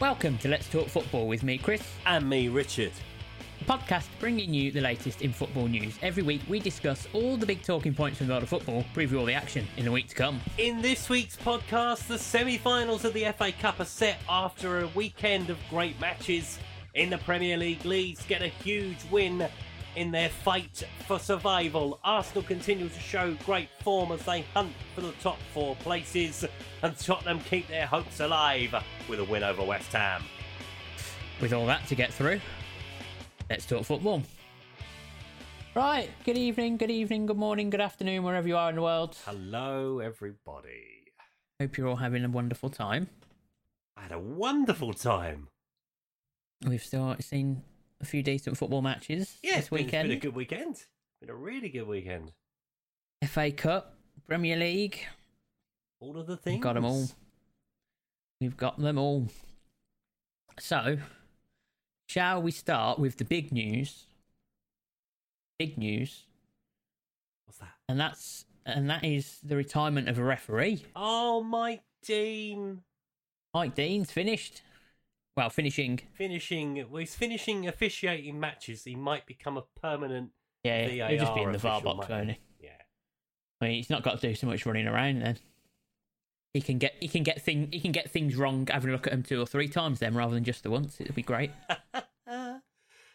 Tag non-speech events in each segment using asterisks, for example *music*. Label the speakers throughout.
Speaker 1: Welcome to Let's Talk Football with me, Chris,
Speaker 2: And me, Richard.
Speaker 1: a podcast bringing you the latest in football news. Every week, we discuss all the big talking points from the world of football, preview all the action in the week to come.
Speaker 2: In this week's podcast, the semi finals of the FA Cup are set after a weekend of great matches. In the Premier League, Leeds get a huge win in their fight for survival. Arsenal continue to show great form as they hunt for the top four places, and Tottenham keep their hopes alive with a win over West Ham.
Speaker 1: With all that to get through, let's talk football. Right, good evening, good evening, good morning, good afternoon, wherever you are in the world.
Speaker 2: Hello, everybody.
Speaker 1: Hope you're all having a wonderful time.
Speaker 2: I had a wonderful time.
Speaker 1: We've still seen a few decent football matches
Speaker 2: Yeah,
Speaker 1: this
Speaker 2: it's been- it's
Speaker 1: weekend.
Speaker 2: been a good weekend. Been a really good weekend.
Speaker 1: FA Cup, Premier League,
Speaker 2: All of the things.
Speaker 1: We've got them all. We've got them all. So, shall we start with the big news? Big news,
Speaker 2: What's that?
Speaker 1: and that's and that is the retirement of a referee.
Speaker 2: Oh, Mike Dean
Speaker 1: Mike Dean's finished. Well, finishing.
Speaker 2: finishing. Well, he's finishing officiating matches. He might become a permanent.
Speaker 1: Yeah, he'll just be
Speaker 2: VAR
Speaker 1: in the VAR
Speaker 2: official,
Speaker 1: box,
Speaker 2: mate.
Speaker 1: won't he?
Speaker 2: Yeah.
Speaker 1: I mean, he's not got to do so much running around then. He can get he can get thing he can get things wrong having a look at them two or three times then rather than just the once. It'd be great. *laughs*
Speaker 2: Uh,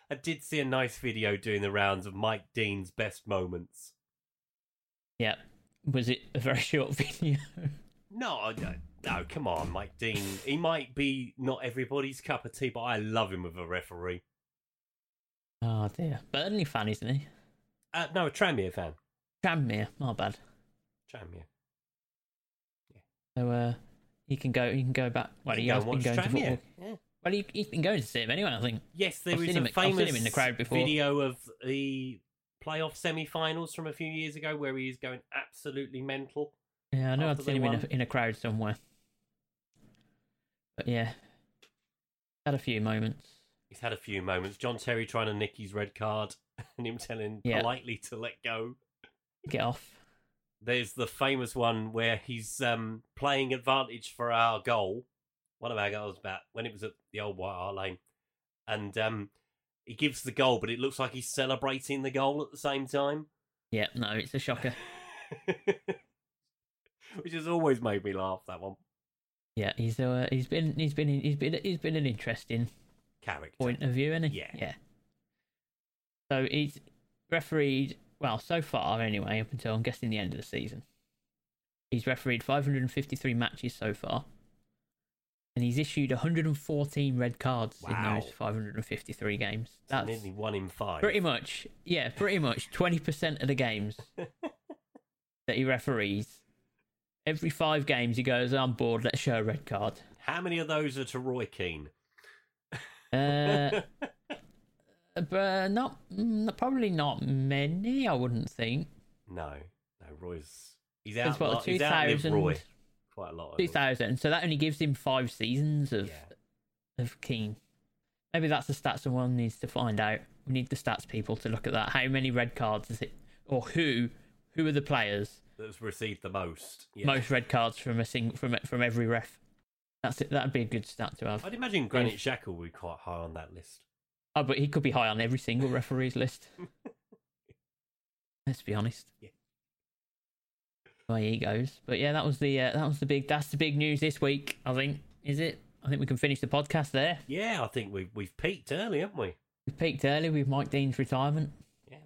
Speaker 2: I did see a nice video doing the rounds of Mike Dean's best moments.
Speaker 1: Yeah. Was it a very *laughs* short video?
Speaker 2: No, I don't- no, come on, Mike Dean. He might be not everybody's cup of tea, but I love him with a referee.
Speaker 1: oh dear. Burnley fan, isn't he?
Speaker 2: Uh, no, a Tranmere fan.
Speaker 1: Tranmere, my bad.
Speaker 2: Tranmere.
Speaker 1: So uh, he can go. He can go back. Well, he,
Speaker 2: Go
Speaker 1: has
Speaker 2: and
Speaker 1: been
Speaker 2: watch
Speaker 1: going to
Speaker 2: Tranmere.
Speaker 1: football.
Speaker 2: Yeah.
Speaker 1: Well, he, he's been going to see him anyway. I think.
Speaker 2: Yes, there
Speaker 1: I've
Speaker 2: is
Speaker 1: seen him-
Speaker 2: a
Speaker 1: I've seen him
Speaker 2: famous
Speaker 1: in the crowd before.
Speaker 2: video of the playoff semi-finals from a few years ago where he is going absolutely mental.
Speaker 1: Yeah, I know.
Speaker 2: After
Speaker 1: I've seen him
Speaker 2: they
Speaker 1: in
Speaker 2: won.
Speaker 1: a, in a crowd somewhere. But yeah, had a few moments.
Speaker 2: He's had a few moments. John Terry trying to nick his red card *laughs* and him telling
Speaker 1: Yeah.
Speaker 2: politely to let go.
Speaker 1: Get off.
Speaker 2: There's the famous one where he's um, playing advantage for our goal. One of our goals about when it was at the old White Hart Lane, and um, he gives the goal, but it looks like he's celebrating the goal at the same time.
Speaker 1: Yeah, no, it's a shocker.
Speaker 2: *laughs* Which has always made me laugh. That one
Speaker 1: Yeah, he's uh, he's been he's been he's been he's been an interesting
Speaker 2: character.
Speaker 1: point of view, isn't he?
Speaker 2: Yeah.
Speaker 1: yeah. So he's refereed well so far anyway, up until I'm guessing the end of the season. He's refereed 553 matches so far, and he's issued 114 red cards
Speaker 2: Wow.
Speaker 1: in those 553 games.
Speaker 2: That's
Speaker 1: That's
Speaker 2: nearly one in five.
Speaker 1: pretty much yeah, pretty much *laughs* 20% of the
Speaker 2: *laughs*
Speaker 1: games that he referees. Every five games, he goes, "I'm bored. Let's show a red card."
Speaker 2: How many of those are to Roy Keane?
Speaker 1: Uh, *laughs* but not, mm, probably not many. I wouldn't think.
Speaker 2: No, no, Roy's he's
Speaker 1: It's
Speaker 2: out.
Speaker 1: what,
Speaker 2: he's outlived
Speaker 1: 2000?
Speaker 2: Roy quite a lot.
Speaker 1: Two
Speaker 2: hasn't
Speaker 1: thousand. So that only gives him five seasons
Speaker 2: he?
Speaker 1: of
Speaker 2: Yeah.
Speaker 1: of Keane. Maybe that's the stat someone needs to find out. We need the stats people to look at that. How many red cards is it, or who? Who are the players
Speaker 2: That's received the most. Yeah.
Speaker 1: most red cards from a sing from from every ref? That's it. That'd be a good stat to have.
Speaker 2: I'd imagine Granite Shackle would be quite high on that list.
Speaker 1: Oh, but he could be high on every single referee's list. Let's be honest.
Speaker 2: Yeah.
Speaker 1: The way he goes, but yeah, that was the uh, that was the big that's the big news this week. I think is it. I think we can finish the podcast there.
Speaker 2: Yeah, I think we've we've peaked early, haven't we?
Speaker 1: We peaked early with Mike Dean's retirement.
Speaker 2: Yeah.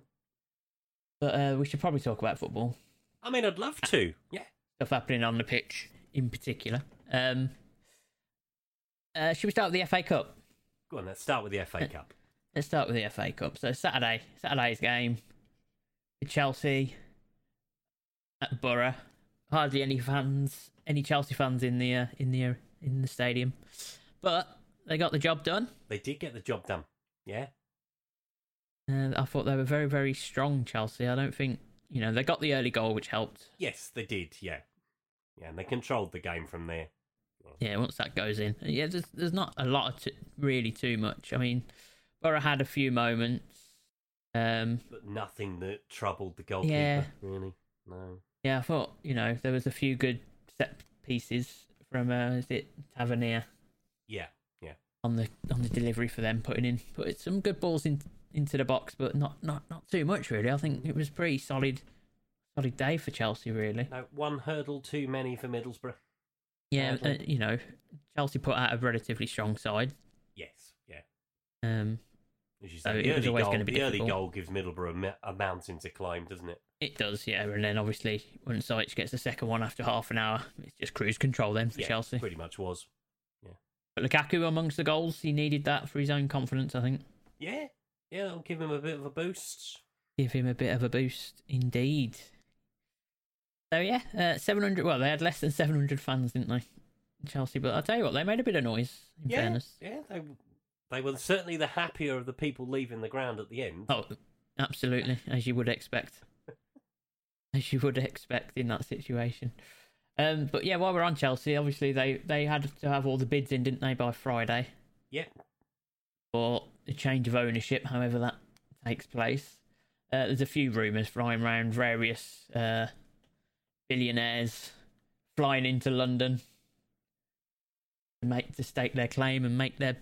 Speaker 1: But uh, we should probably talk about football
Speaker 2: I mean, I'd love to. Yeah.
Speaker 1: stuff happening on the pitch in particular. Um, uh, should we start with the FA Cup?
Speaker 2: Go on, let's start with the FA Cup.
Speaker 1: Let's start with the FA Cup. So Saturday, Saturday's game, Chelsea at Borough. Hardly any fans, any Chelsea fans in the uh, in the in the stadium, but they got the job done.
Speaker 2: They did get the job done. Yeah.
Speaker 1: Uh, I thought they were very very strong Chelsea. I don't think you know they got the early goal which helped.
Speaker 2: Yes, they did. Yeah. Yeah, and they controlled the game from there.
Speaker 1: Yeah, once that goes in, yeah, there's there's not a lot of t- really too much. I mean, Borough had a few moments. Um,
Speaker 2: But nothing that troubled the goalkeeper,
Speaker 1: Yeah.
Speaker 2: really. No.
Speaker 1: Yeah, I thought you know there was a few good set pieces from uh, is it Tavernier
Speaker 2: Yeah. Yeah.
Speaker 1: on the on the delivery for them putting in put some good balls in, into the box, but not, not not too much really. I think it was pretty solid solid day for Chelsea really.
Speaker 2: No, one hurdle too many for Middlesbrough.
Speaker 1: Yeah, uh,
Speaker 2: Hardly.
Speaker 1: you know, Chelsea put out a relatively strong side.
Speaker 2: Yes, yeah.
Speaker 1: Um,
Speaker 2: As you
Speaker 1: So
Speaker 2: say,
Speaker 1: it
Speaker 2: the
Speaker 1: was
Speaker 2: early,
Speaker 1: always
Speaker 2: goal,
Speaker 1: gonna be
Speaker 2: the early
Speaker 1: difficult.
Speaker 2: goal gives Middlesbrough a, ma- a mountain to climb, doesn't it?
Speaker 1: it does, yeah. And then obviously when Solich gets the second one after half an hour, it's just cruise control then for
Speaker 2: Yeah,
Speaker 1: Chelsea.
Speaker 2: pretty much was.
Speaker 1: But Lukaku amongst the goals, he needed that for his own confidence, I think.
Speaker 2: Yeah, yeah, that'll give him a bit of a boost.
Speaker 1: give him a bit of a boost indeed. So yeah, uh, 700. Well, they had less than 700 fans, didn't they? Chelsea, but I'll tell you what, they made a bit of noise. In
Speaker 2: yeah,
Speaker 1: fairness,
Speaker 2: yeah, they they were certainly the happier of the people leaving the ground at the end.
Speaker 1: *laughs* oh, absolutely, as you would expect, *laughs* as you would expect in that situation. Um, but yeah, while we're on Chelsea, obviously they they had to have all the bids in, didn't they, by Friday?
Speaker 2: Yeah.
Speaker 1: For the change of ownership, however that takes place. Uh, there's a few rumours flying around, various uh, billionaires flying into London to make to stake their claim and make their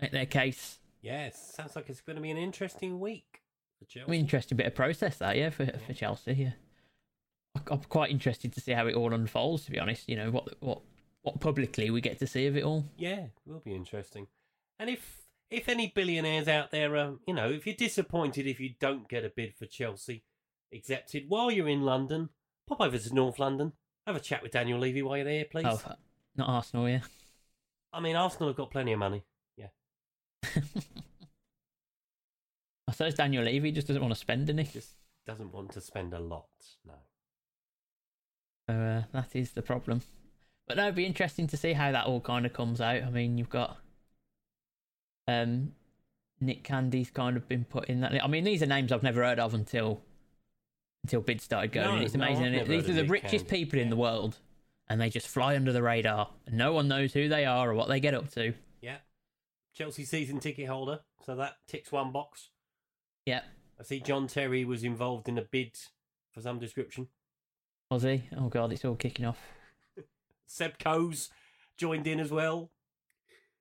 Speaker 1: make their case.
Speaker 2: Yes, sounds like it's going to be an interesting week for Chelsea.
Speaker 1: Interesting bit of process that, yeah, for for Chelsea. Yeah, I- I'm quite interested to see how it all unfolds. To be honest, you know what what what publicly we get to see of it all.
Speaker 2: yeah, it will be interesting. And if if any billionaires out there are, you know, if you're disappointed if you don't get a bid for Chelsea accepted while you're in London, pop over to North London, have a chat with Daniel Levy while you're there, please.
Speaker 1: Oh, not Arsenal, yeah.
Speaker 2: I mean, Arsenal have got plenty of money.
Speaker 1: I suppose Daniel Levy just doesn't want to spend any.
Speaker 2: Just doesn't want to spend a lot. No.
Speaker 1: So uh, that is the problem. But no, it'd be interesting to see how that all kind of comes out. I mean, you've got um, Nick Candy's kind of been put in that. li- I mean, these are names I've never heard of until until bids started going.
Speaker 2: No,
Speaker 1: in. it's
Speaker 2: no,
Speaker 1: amazing. isn't
Speaker 2: I've
Speaker 1: it?
Speaker 2: never heard
Speaker 1: These are
Speaker 2: of
Speaker 1: the
Speaker 2: Nick
Speaker 1: richest
Speaker 2: Candy.
Speaker 1: people in the world, and they just fly under the radar. And no one knows who they are or what they get up to.
Speaker 2: Yeah. Chelsea season ticket holder, so that ticks one box.
Speaker 1: Yeah,
Speaker 2: I see John Terry was involved in a bid for some description.
Speaker 1: Aussie. Oh god, it's all kicking off.
Speaker 2: Seb Coe's joined in as well.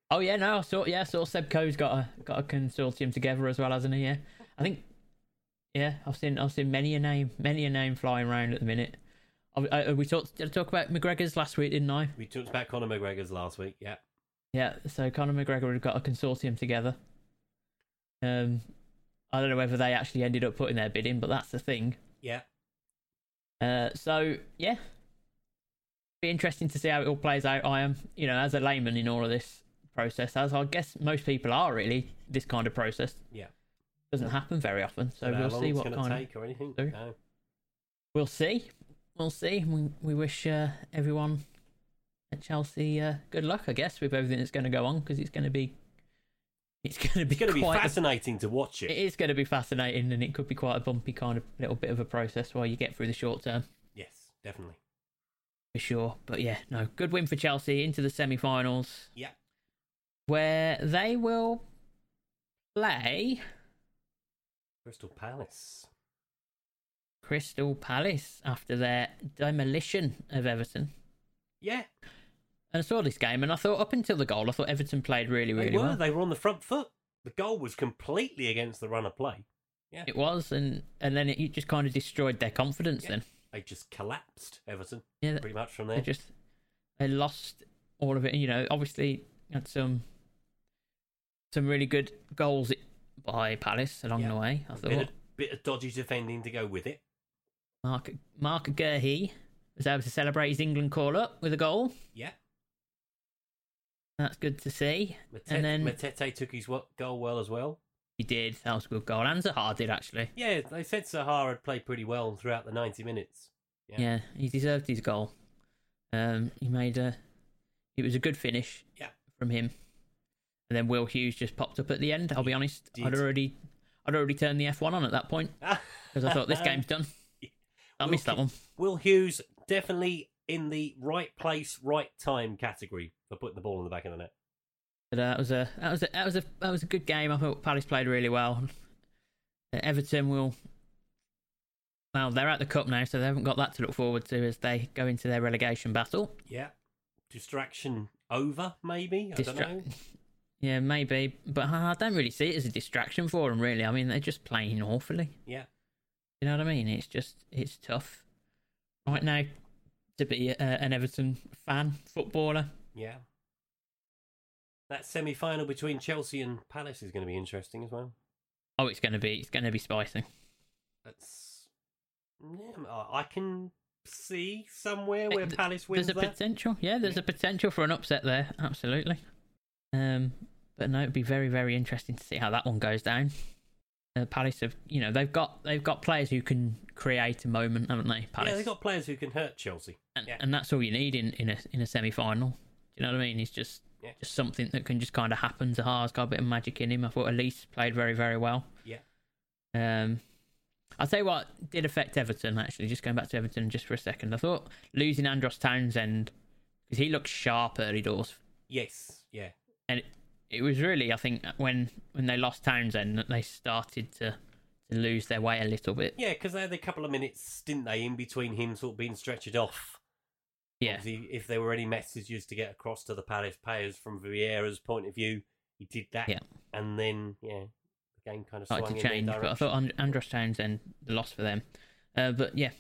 Speaker 1: Oh yeah, no, I saw yeah, I saw Sebco's got a got a consortium together as well, hasn't he? Yeah, I think yeah, I've seen I've seen many a name, many a name flying around at the minute. I, I, we talked did I talk about McGregor's last week, didn't I?
Speaker 2: We talked about Conor McGregor's last week. Yeah.
Speaker 1: Yeah, so Conor McGregor had got a consortium together. Um, I don't know whether they actually ended up putting their bid in, but that's the thing.
Speaker 2: Yeah.
Speaker 1: Uh, so yeah, be interesting to see how it all plays out. I am, you know, as a layman in all of this process, as I guess most people are really this kind of process.
Speaker 2: Yeah.
Speaker 1: doesn't happen very often, so
Speaker 2: Don't know how
Speaker 1: we'll
Speaker 2: long
Speaker 1: see
Speaker 2: it's
Speaker 1: what
Speaker 2: gonna
Speaker 1: kind. Of,
Speaker 2: take or anything.
Speaker 1: Sorry?
Speaker 2: No.
Speaker 1: we'll see, we'll see. We, we wish uh, everyone at Chelsea uh, good luck. I guess with everything that's going to go on because it's going to be, it's going to be
Speaker 2: It's going to be
Speaker 1: quite a
Speaker 2: fascinating to watch
Speaker 1: it
Speaker 2: it.
Speaker 1: is going to be fascinating and it could be quite a bumpy kind of little bit of a process while you get through the short term
Speaker 2: Yes, definitely.
Speaker 1: for sure but yeah no good win for chelsea into the semi-finals
Speaker 2: Yeah.
Speaker 1: where they will play
Speaker 2: Crystal Palace.
Speaker 1: crystal palace after their demolition of everton
Speaker 2: Yeah,
Speaker 1: and i saw this game and i thought up until the goal i thought everton played really really
Speaker 2: they were.
Speaker 1: well
Speaker 2: They were on the front foot. The goal was completely against the run of play.
Speaker 1: it was and and then it, it just kind of destroyed their confidence
Speaker 2: Yeah.
Speaker 1: then
Speaker 2: They just collapsed Everton
Speaker 1: yeah
Speaker 2: pretty much from
Speaker 1: They
Speaker 2: there.
Speaker 1: just they lost all of it. You know, obviously had some some really good goals by Palace along
Speaker 2: Yeah.
Speaker 1: the way. I
Speaker 2: Bit of,
Speaker 1: thought
Speaker 2: bit of dodgy defending to go with it.
Speaker 1: Mark Mark Gurhey was able to celebrate his England call up with a goal.
Speaker 2: Yeah,
Speaker 1: That's good to see.
Speaker 2: Matete,
Speaker 1: And then-
Speaker 2: Matete took his wo- goal well as well.
Speaker 1: He did. That was a good goal. And Zaha did actually.
Speaker 2: Yeah, they said Sahar had played pretty well throughout the ninety minutes. *laughs* Yeah.
Speaker 1: Yeah. he deserved his goal. Um, he made a. It was a good finish.
Speaker 2: Yeah.
Speaker 1: From him, and then Will Hughes just popped up at the end. I'll be honest.
Speaker 2: did.
Speaker 1: I'd already, I'd already turned the F1 on at that point. because I
Speaker 2: *laughs*
Speaker 1: thought this game's done. I
Speaker 2: Will
Speaker 1: missed that
Speaker 2: Ki-
Speaker 1: one.
Speaker 2: Will Hughes definitely in the right place, right time category for putting the ball in the back of the net.
Speaker 1: But uh, that was a that was a that was a that was a good game. I thought Palace played really well. Uh, Everton will. Well, they're at the cup now, so they haven't got that to look forward to as they go into their relegation battle.
Speaker 2: Yeah. Distraction over, maybe. I
Speaker 1: Distra-
Speaker 2: don't know.
Speaker 1: *laughs* Yeah, maybe, but I I don't really see it as a distraction for them. Really, I mean, they're just playing awfully.
Speaker 2: Yeah.
Speaker 1: You know what I mean? It's just it's tough right now to be a, an Everton fan footballer.
Speaker 2: Yeah. That semi final between Chelsea and Palace is going to be interesting as well.
Speaker 1: Oh, it's gonna be it's gonna be spicy.
Speaker 2: That's. Yeah, I- I can see somewhere where
Speaker 1: Th-
Speaker 2: Palace wins
Speaker 1: There's a
Speaker 2: that.
Speaker 1: potential, yeah. There's a potential for an upset there, absolutely. Um, but no, it'd be very very interesting to see how that one goes down. Uh, Palace have, you know, they've got they've got players who can create a moment, haven't they? Palace.
Speaker 2: yeah, they've got players who can hurt Chelsea.
Speaker 1: and,
Speaker 2: Yeah.
Speaker 1: and that's all you need in, in a in a semi final. Do you know what I mean? It's just
Speaker 2: Yeah.
Speaker 1: just something that can just kind of happen. Zaha's got a bit of magic in him. I thought Elise played very very well.
Speaker 2: Yeah.
Speaker 1: Um, I'll tell you what did affect Everton actually. Just going back to Everton just for a second, I thought losing Andros Townsend because he looked sharp early doors.
Speaker 2: Yes, yeah.
Speaker 1: It was really I think when when they lost Townsend that they started to to lose their way a little bit.
Speaker 2: Yeah, because they had a couple of minutes, didn't they, in between him sort of being stretched off.
Speaker 1: Yeah.
Speaker 2: Obviously, if there were any messages to get across to the Palace players from Vieira's point of view, he did that.
Speaker 1: Yeah.
Speaker 2: And then, yeah, the game kind of
Speaker 1: started
Speaker 2: swung
Speaker 1: to
Speaker 2: in their
Speaker 1: change, but I
Speaker 2: direction.
Speaker 1: thought And- Andros Townsend the loss for them. Uh, but yeah,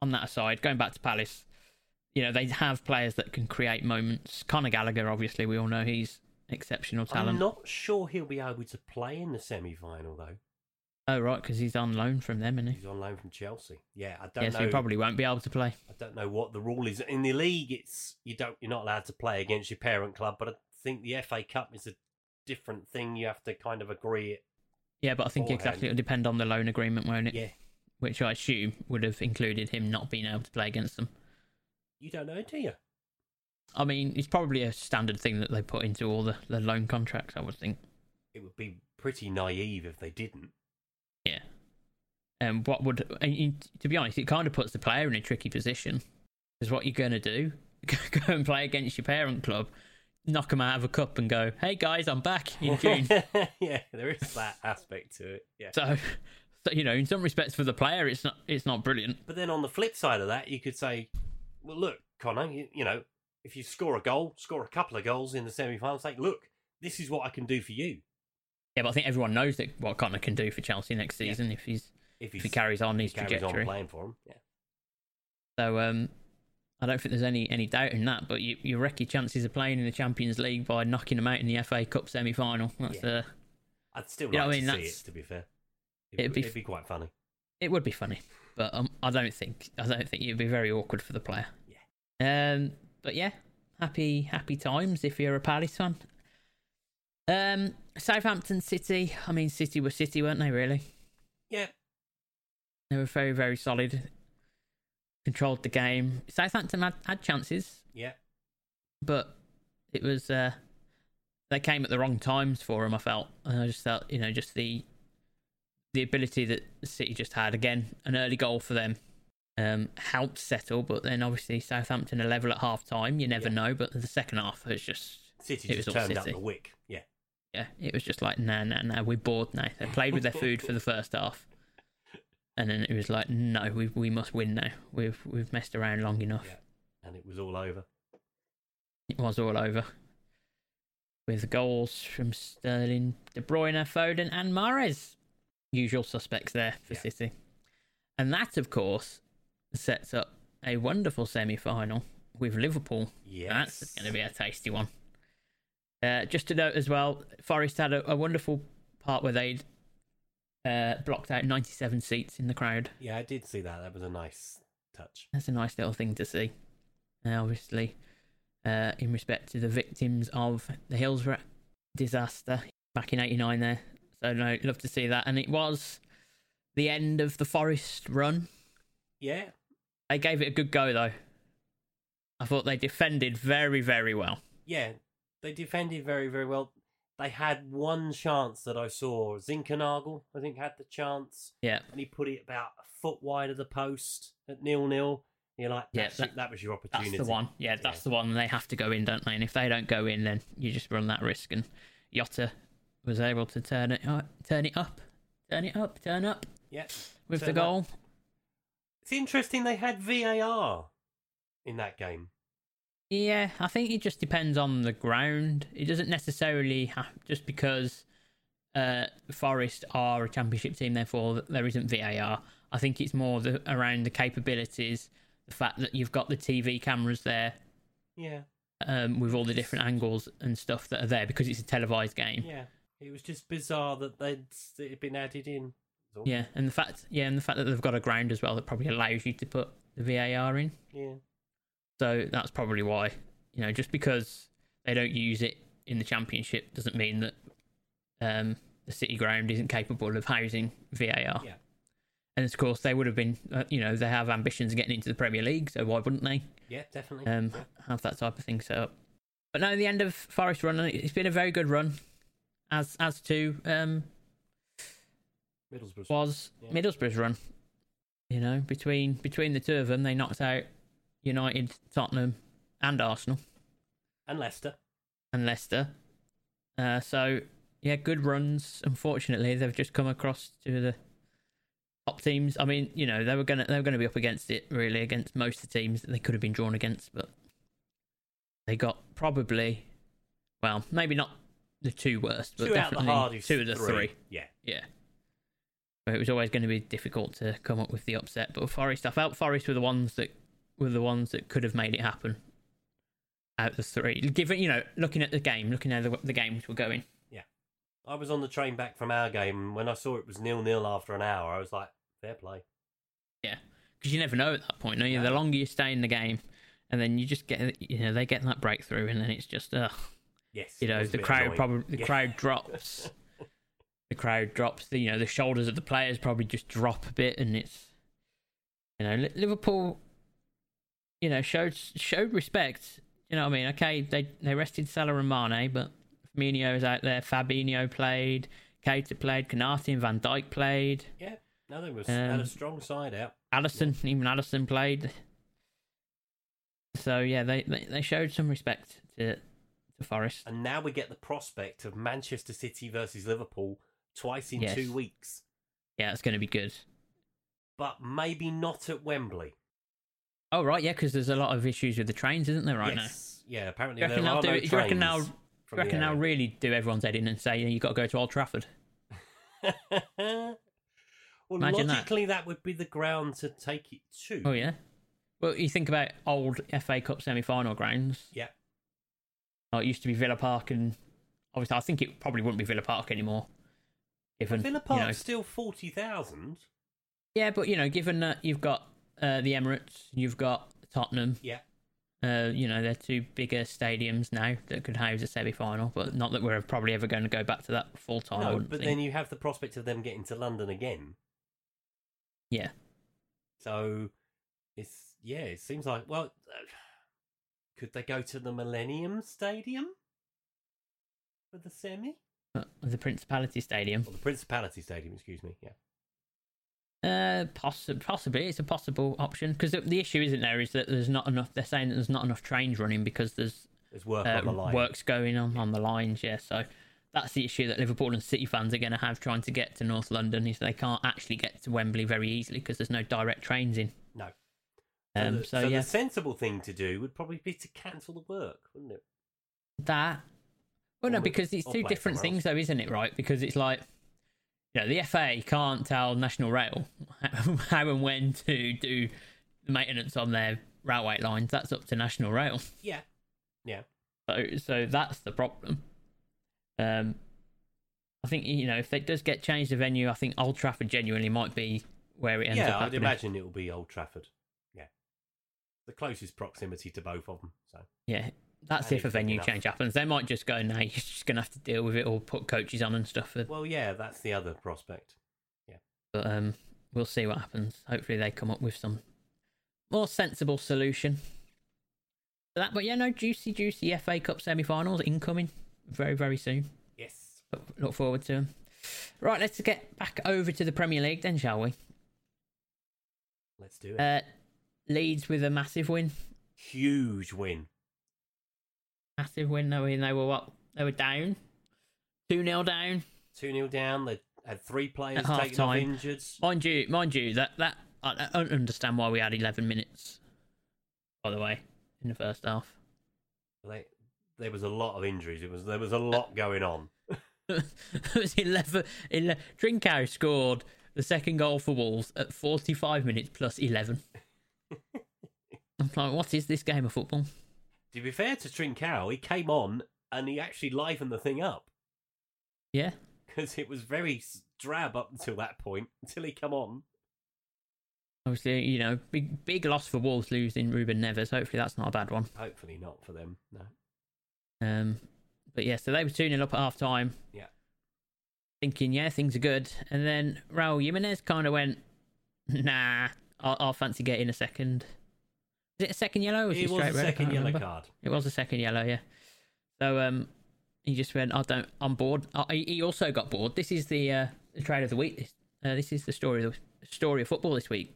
Speaker 1: on that aside, going back to Palace, you know they have players that can create moments. Conor Gallagher, obviously, we all know he's exceptional
Speaker 2: I'm
Speaker 1: talent.
Speaker 2: not sure he'll be able to play in the semi final, though.
Speaker 1: oh right, because he's on loan from them, isn't he?
Speaker 2: He's on loan from Chelsea. Yeah, I don't
Speaker 1: Yeah,
Speaker 2: know.
Speaker 1: so he probably won't be able to play.
Speaker 2: I don't know what the rule is in the league. It's you don't you're not allowed to play against your parent club, but I think the FA Cup is a different thing. You have to kind of agree it.
Speaker 1: Yeah, but I think
Speaker 2: Beforehand.
Speaker 1: exactly it'll depend on the loan agreement, won't it?
Speaker 2: Yeah,
Speaker 1: Which I assume would have included him not being able to play against them.
Speaker 2: you don't know, do you?
Speaker 1: I mean, it's probably a standard thing that they put into all the, the loan contracts, I would think.
Speaker 2: It would be pretty naive if they didn't.
Speaker 1: Yeah. Um, what would and you- to be honest, it kind of puts the player in a tricky position because what you're gonna do, *laughs* go and play against your parent club, knock them out of a cup, and go, "Hey guys, I'm back in
Speaker 2: *laughs*
Speaker 1: June."
Speaker 2: yeah, there is that aspect to it. Yeah.
Speaker 1: so, so you know, in some respects, for the player, it's not it's not brilliant.
Speaker 2: But then on the flip side of that, you could say, well, look, Connor, you, you know, if you score a goal, score a couple of goals in the semi-final, say, look, this is what I can do for you.
Speaker 1: Yeah, but I think everyone knows that what Connor can do for Chelsea next
Speaker 2: Yeah.
Speaker 1: season if he's
Speaker 2: If,
Speaker 1: if
Speaker 2: he's,
Speaker 1: he carries on
Speaker 2: he
Speaker 1: his
Speaker 2: carries
Speaker 1: trajectory.
Speaker 2: on playing for him, yeah.
Speaker 1: So um, I don't think there's any any doubt in that. But you you wreck your chances of playing in the Champions League by knocking them out in the FA Cup semi final. That's
Speaker 2: Yeah.
Speaker 1: uh,
Speaker 2: I'd still like
Speaker 1: You know what I mean?
Speaker 2: to see
Speaker 1: That's-
Speaker 2: it. To be fair,
Speaker 1: It'd
Speaker 2: it'd,
Speaker 1: be
Speaker 2: be,
Speaker 1: f-
Speaker 2: it'd be quite funny.
Speaker 1: It would be funny, but um, I don't think I don't think it'd be very awkward for the player. Yeah. Um. But yeah, happy happy times if you're a Palace fan. Um. Southampton City. I mean, City were City, weren't they? Really,
Speaker 2: Yeah,
Speaker 1: they were very very solid. Controlled the game. Southampton had, had chances,
Speaker 2: yeah,
Speaker 1: but it was uh, they came at the wrong times for him. I felt, and I just felt, you know, just the the ability that City just had again, an early goal for them um, helped settle, but then obviously Southampton are level at half time. You never
Speaker 2: Yeah.
Speaker 1: know, but the second half was just
Speaker 2: City
Speaker 1: It
Speaker 2: just
Speaker 1: was all
Speaker 2: turned up
Speaker 1: City.
Speaker 2: the wick. Yeah,
Speaker 1: yeah, it was just like nah, nah, nah. We're bored now. They played
Speaker 2: *laughs*
Speaker 1: with their food for the first half. And then it was like, no, we we must win now. We've we've messed around long enough.
Speaker 2: Yeah. and it was all over.
Speaker 1: it was all over. With goals from Sterling, De Bruyne, Foden, and Mares. Usual suspects there for
Speaker 2: Yeah.
Speaker 1: City. And that, of course, sets up a wonderful semi final with Liverpool.
Speaker 2: Yes,
Speaker 1: That's going to be a tasty one. Uh, just to note as well, Forest had a, a wonderful part where they'd uh, blocked out 97 seats in the crowd.
Speaker 2: Yeah, I did see that. That was a nice touch.
Speaker 1: That's a nice little thing to see. And obviously, uh, in respect to the victims of the Hillsborough disaster back in '89, there. So no, love to see that. And it was the end of the Forest run.
Speaker 2: Yeah,
Speaker 1: They gave it a good go though. I thought they defended very, very well.
Speaker 2: yeah, they defended very, very well. They had one chance that I saw. Zinchenagel, I think, had the chance,
Speaker 1: Yeah,
Speaker 2: and he put it about a foot wide of the post at nil nil. You're like,
Speaker 1: Yeah,
Speaker 2: that's,
Speaker 1: that-
Speaker 2: that was your
Speaker 1: that's
Speaker 2: opportunity.
Speaker 1: the one. Yeah, that's the one. They have to go in, don't they? And if they don't go in, then you just run that risk. And Yotta was able to turn it, uh, turn it up, turn it up, turn up
Speaker 2: Yeah,
Speaker 1: with
Speaker 2: Turn
Speaker 1: the
Speaker 2: up.
Speaker 1: goal.
Speaker 2: it's interesting they had VAR in that game.
Speaker 1: Yeah, I think it just depends on the ground. It doesn't necessarily have just because uh, Forest are a championship team, therefore there isn't VAR. I think it's more the, around the capabilities, the fact that you've got the TV cameras there
Speaker 2: Yeah,
Speaker 1: um, with all the different angles and stuff that are there because it's a televised game.
Speaker 2: yeah. It was just bizarre that they'd it had been added in.
Speaker 1: Yeah, and the fact yeah, and the fact that they've got a ground as well that probably allows you to put the VAR in.
Speaker 2: Yeah,
Speaker 1: So that's probably why. You know, just because they don't use it in the championship doesn't mean that um, the city ground isn't capable of housing VAR.
Speaker 2: Yeah.
Speaker 1: And of course, they would have been, uh, you know, they have ambitions of getting into the Premier League, so why wouldn't they
Speaker 2: yeah, definitely.
Speaker 1: um,
Speaker 2: Yeah.
Speaker 1: have that type of thing set up? But no, the end of Forest Run, uh, it's been a very good run, as as to um,
Speaker 2: Middlesbrough.
Speaker 1: was
Speaker 2: Yeah.
Speaker 1: Middlesbrough's run. You know, between between the two of them, they knocked out United, Tottenham, and Arsenal
Speaker 2: and Leicester.
Speaker 1: and Leicester. Uh, so yeah, good runs. Unfortunately, they've just come across to the top teams. I mean, you know, they were gonna they were gonna be up against it really against most of the teams that they could have been drawn against, but they got probably, well, maybe not the two worst, but
Speaker 2: Two out of the
Speaker 1: definitely
Speaker 2: hardest.
Speaker 1: two of the three.
Speaker 2: Yeah,
Speaker 1: Yeah. But it was always going to be difficult to come up with the upset. But Forest, I felt Forest were the ones that were the ones that could have made it happen. Out of the three, given you know, looking at the game, looking at the, the games were going.
Speaker 2: I was on the train back from our game, and when I saw it was nil nil after an hour, I was like, fair play.
Speaker 1: Yeah, because you never know at that point. No, you? the longer you stay in the game, and then you just get you know they get that breakthrough, and then it's just ugh.
Speaker 2: Yes,
Speaker 1: you
Speaker 2: it
Speaker 1: know
Speaker 2: was a
Speaker 1: the
Speaker 2: bit
Speaker 1: crowd
Speaker 2: annoying.
Speaker 1: probably the
Speaker 2: Yeah.
Speaker 1: crowd drops the crowd drops the you know the shoulders of the players probably just drop a bit and it's you know Li- liverpool you know showed showed respect you know what i mean okay they they rested salah and mane but Firmino was out there fabinho played Keita played Canati and van dijk played
Speaker 2: Yeah, no, they was had
Speaker 1: Um,
Speaker 2: a strong side out.
Speaker 1: Allison, even Allison played. So yeah, they, they, they showed some respect to to Forest.
Speaker 2: And now we get the prospect of Manchester City versus Liverpool twice in
Speaker 1: Yes.
Speaker 2: two weeks,
Speaker 1: Yeah, it's going to be good.
Speaker 2: but maybe not at Wembley.
Speaker 1: Oh right, yeah, because there's a lot of issues with the trains, isn't there? Right
Speaker 2: yes. Yeah, apparently
Speaker 1: Do you reckon
Speaker 2: there
Speaker 1: they'll
Speaker 2: are
Speaker 1: do
Speaker 2: no
Speaker 1: it- do you reckon
Speaker 2: trains
Speaker 1: they'll- now,
Speaker 2: from
Speaker 1: do you
Speaker 2: the
Speaker 1: reckon they'll
Speaker 2: area.
Speaker 1: really do everyone's head in and say, "You got to go to Old Trafford."
Speaker 2: *laughs* well,
Speaker 1: Imagine that.
Speaker 2: logically, that. would be the ground to take it to.
Speaker 1: Oh yeah. Well, you think about old FA Cup semi-final grounds.
Speaker 2: Yeah.
Speaker 1: Oh, it used to be Villa Park, and obviously, I think it probably wouldn't be Villa Park anymore. Given
Speaker 2: Villa
Speaker 1: you
Speaker 2: Park's
Speaker 1: know,
Speaker 2: still 40,000.
Speaker 1: yeah, but you know, given that you've got uh, the Emirates, you've got Tottenham.
Speaker 2: Yeah.
Speaker 1: Uh, you know, they're two bigger stadiums now that could house a semi-final, but not that we're probably ever going to go back to that full time. I
Speaker 2: no,
Speaker 1: wouldn't
Speaker 2: but
Speaker 1: think.
Speaker 2: then you have the prospect of them getting to London again.
Speaker 1: Yeah.
Speaker 2: So it's, yeah, it seems like, well, *sighs* uh, could they go to the Millennium Stadium for the semi?
Speaker 1: Uh, the Principality Stadium.
Speaker 2: Or the Principality Stadium, excuse me. Yeah.
Speaker 1: Uh, possi- possibly it's a possible option because the, the issue isn't there is that there's not enough. They're saying that there's not enough trains running because there's
Speaker 2: There's work
Speaker 1: uh,
Speaker 2: on the line.
Speaker 1: works going on on the lines. Yeah, so that's the issue that Liverpool and City fans are going to have trying to get to North London is they can't actually get to Wembley very easily because there's no direct trains in.
Speaker 2: No.
Speaker 1: Um,
Speaker 2: the,
Speaker 1: so, yeah,
Speaker 2: the sensible thing to do would probably be to cancel the work, wouldn't it?
Speaker 1: that. Well,
Speaker 2: Or
Speaker 1: no,
Speaker 2: we-
Speaker 1: because it's
Speaker 2: or
Speaker 1: two
Speaker 2: play
Speaker 1: different
Speaker 2: somewhere
Speaker 1: things, though, isn't it? Right? Because it's like, you know, the FA can't tell National Rail *laughs* how and when to do the maintenance on their railway lines. That's up to National Rail.
Speaker 2: Yeah.
Speaker 1: So, so that's the problem. Um, I think you know if it does get changed the venue, I think Old Trafford genuinely might be where it ends up.
Speaker 2: yeah, I'd
Speaker 1: happening.
Speaker 2: imagine it will be Old Trafford. Yeah. The closest proximity to both of them. So,
Speaker 1: Yeah, that's
Speaker 2: And
Speaker 1: if a
Speaker 2: it's big
Speaker 1: venue
Speaker 2: enough.
Speaker 1: change happens. They might just go, "Nah, you're just gonna have to deal with it, or put coaches on and stuff." But,
Speaker 2: well, yeah, that's the other prospect.
Speaker 1: but um, we'll see what happens. Hopefully, they come up with some more sensible solution. For that, but yeah, no juicy, juicy FA Cup semi-finals incoming very, very soon.
Speaker 2: Yes.
Speaker 1: Look, look forward to them. Right, let's get back over to the Premier League then, shall we?
Speaker 2: Let's do it.
Speaker 1: Uh, Leeds with a massive win.
Speaker 2: Huge win.
Speaker 1: Massive win. They were, they were what? They were down. 2 0 down.
Speaker 2: 2 0 down. They had three players
Speaker 1: half
Speaker 2: taken off
Speaker 1: time.
Speaker 2: injured.
Speaker 1: Mind you, mind you, that, that I I don't understand why we had 11 minutes, by the way, in the first half.
Speaker 2: They, there was a lot of injuries. It was there was a lot going on.
Speaker 1: it *laughs* was 11, 11. Drinkau scored the second goal for Wolves at 45 minutes plus
Speaker 2: *laughs*
Speaker 1: 11. I'm like, what is this game of football?
Speaker 2: To be fair to Trincao, he came on and he actually livened the thing up
Speaker 1: Yeah.
Speaker 2: because it was very s- drab up until that point. Until he come on,
Speaker 1: Obviously, you know, big big loss for Wolves losing Ruben Neves. Hopefully, that's not a bad one.
Speaker 2: hopefully not for them. No,
Speaker 1: Um, but yeah, so they were 2 0 up at half time.
Speaker 2: Yeah.
Speaker 1: Thinking, yeah, things are good. And then Raul Jimenez kind of went, nah, I'll, I'll fancy getting a second. Is it a second yellow? Or is
Speaker 2: it was
Speaker 1: straight
Speaker 2: a
Speaker 1: red? I
Speaker 2: second
Speaker 1: can't
Speaker 2: yellow
Speaker 1: remember.
Speaker 2: card.
Speaker 1: It was a second yellow, yeah. So um, he just went, I don't, I'm bored. Uh, he he also got bored. This is the uh, the trade of the week. This, uh, this is the story of story of football this week.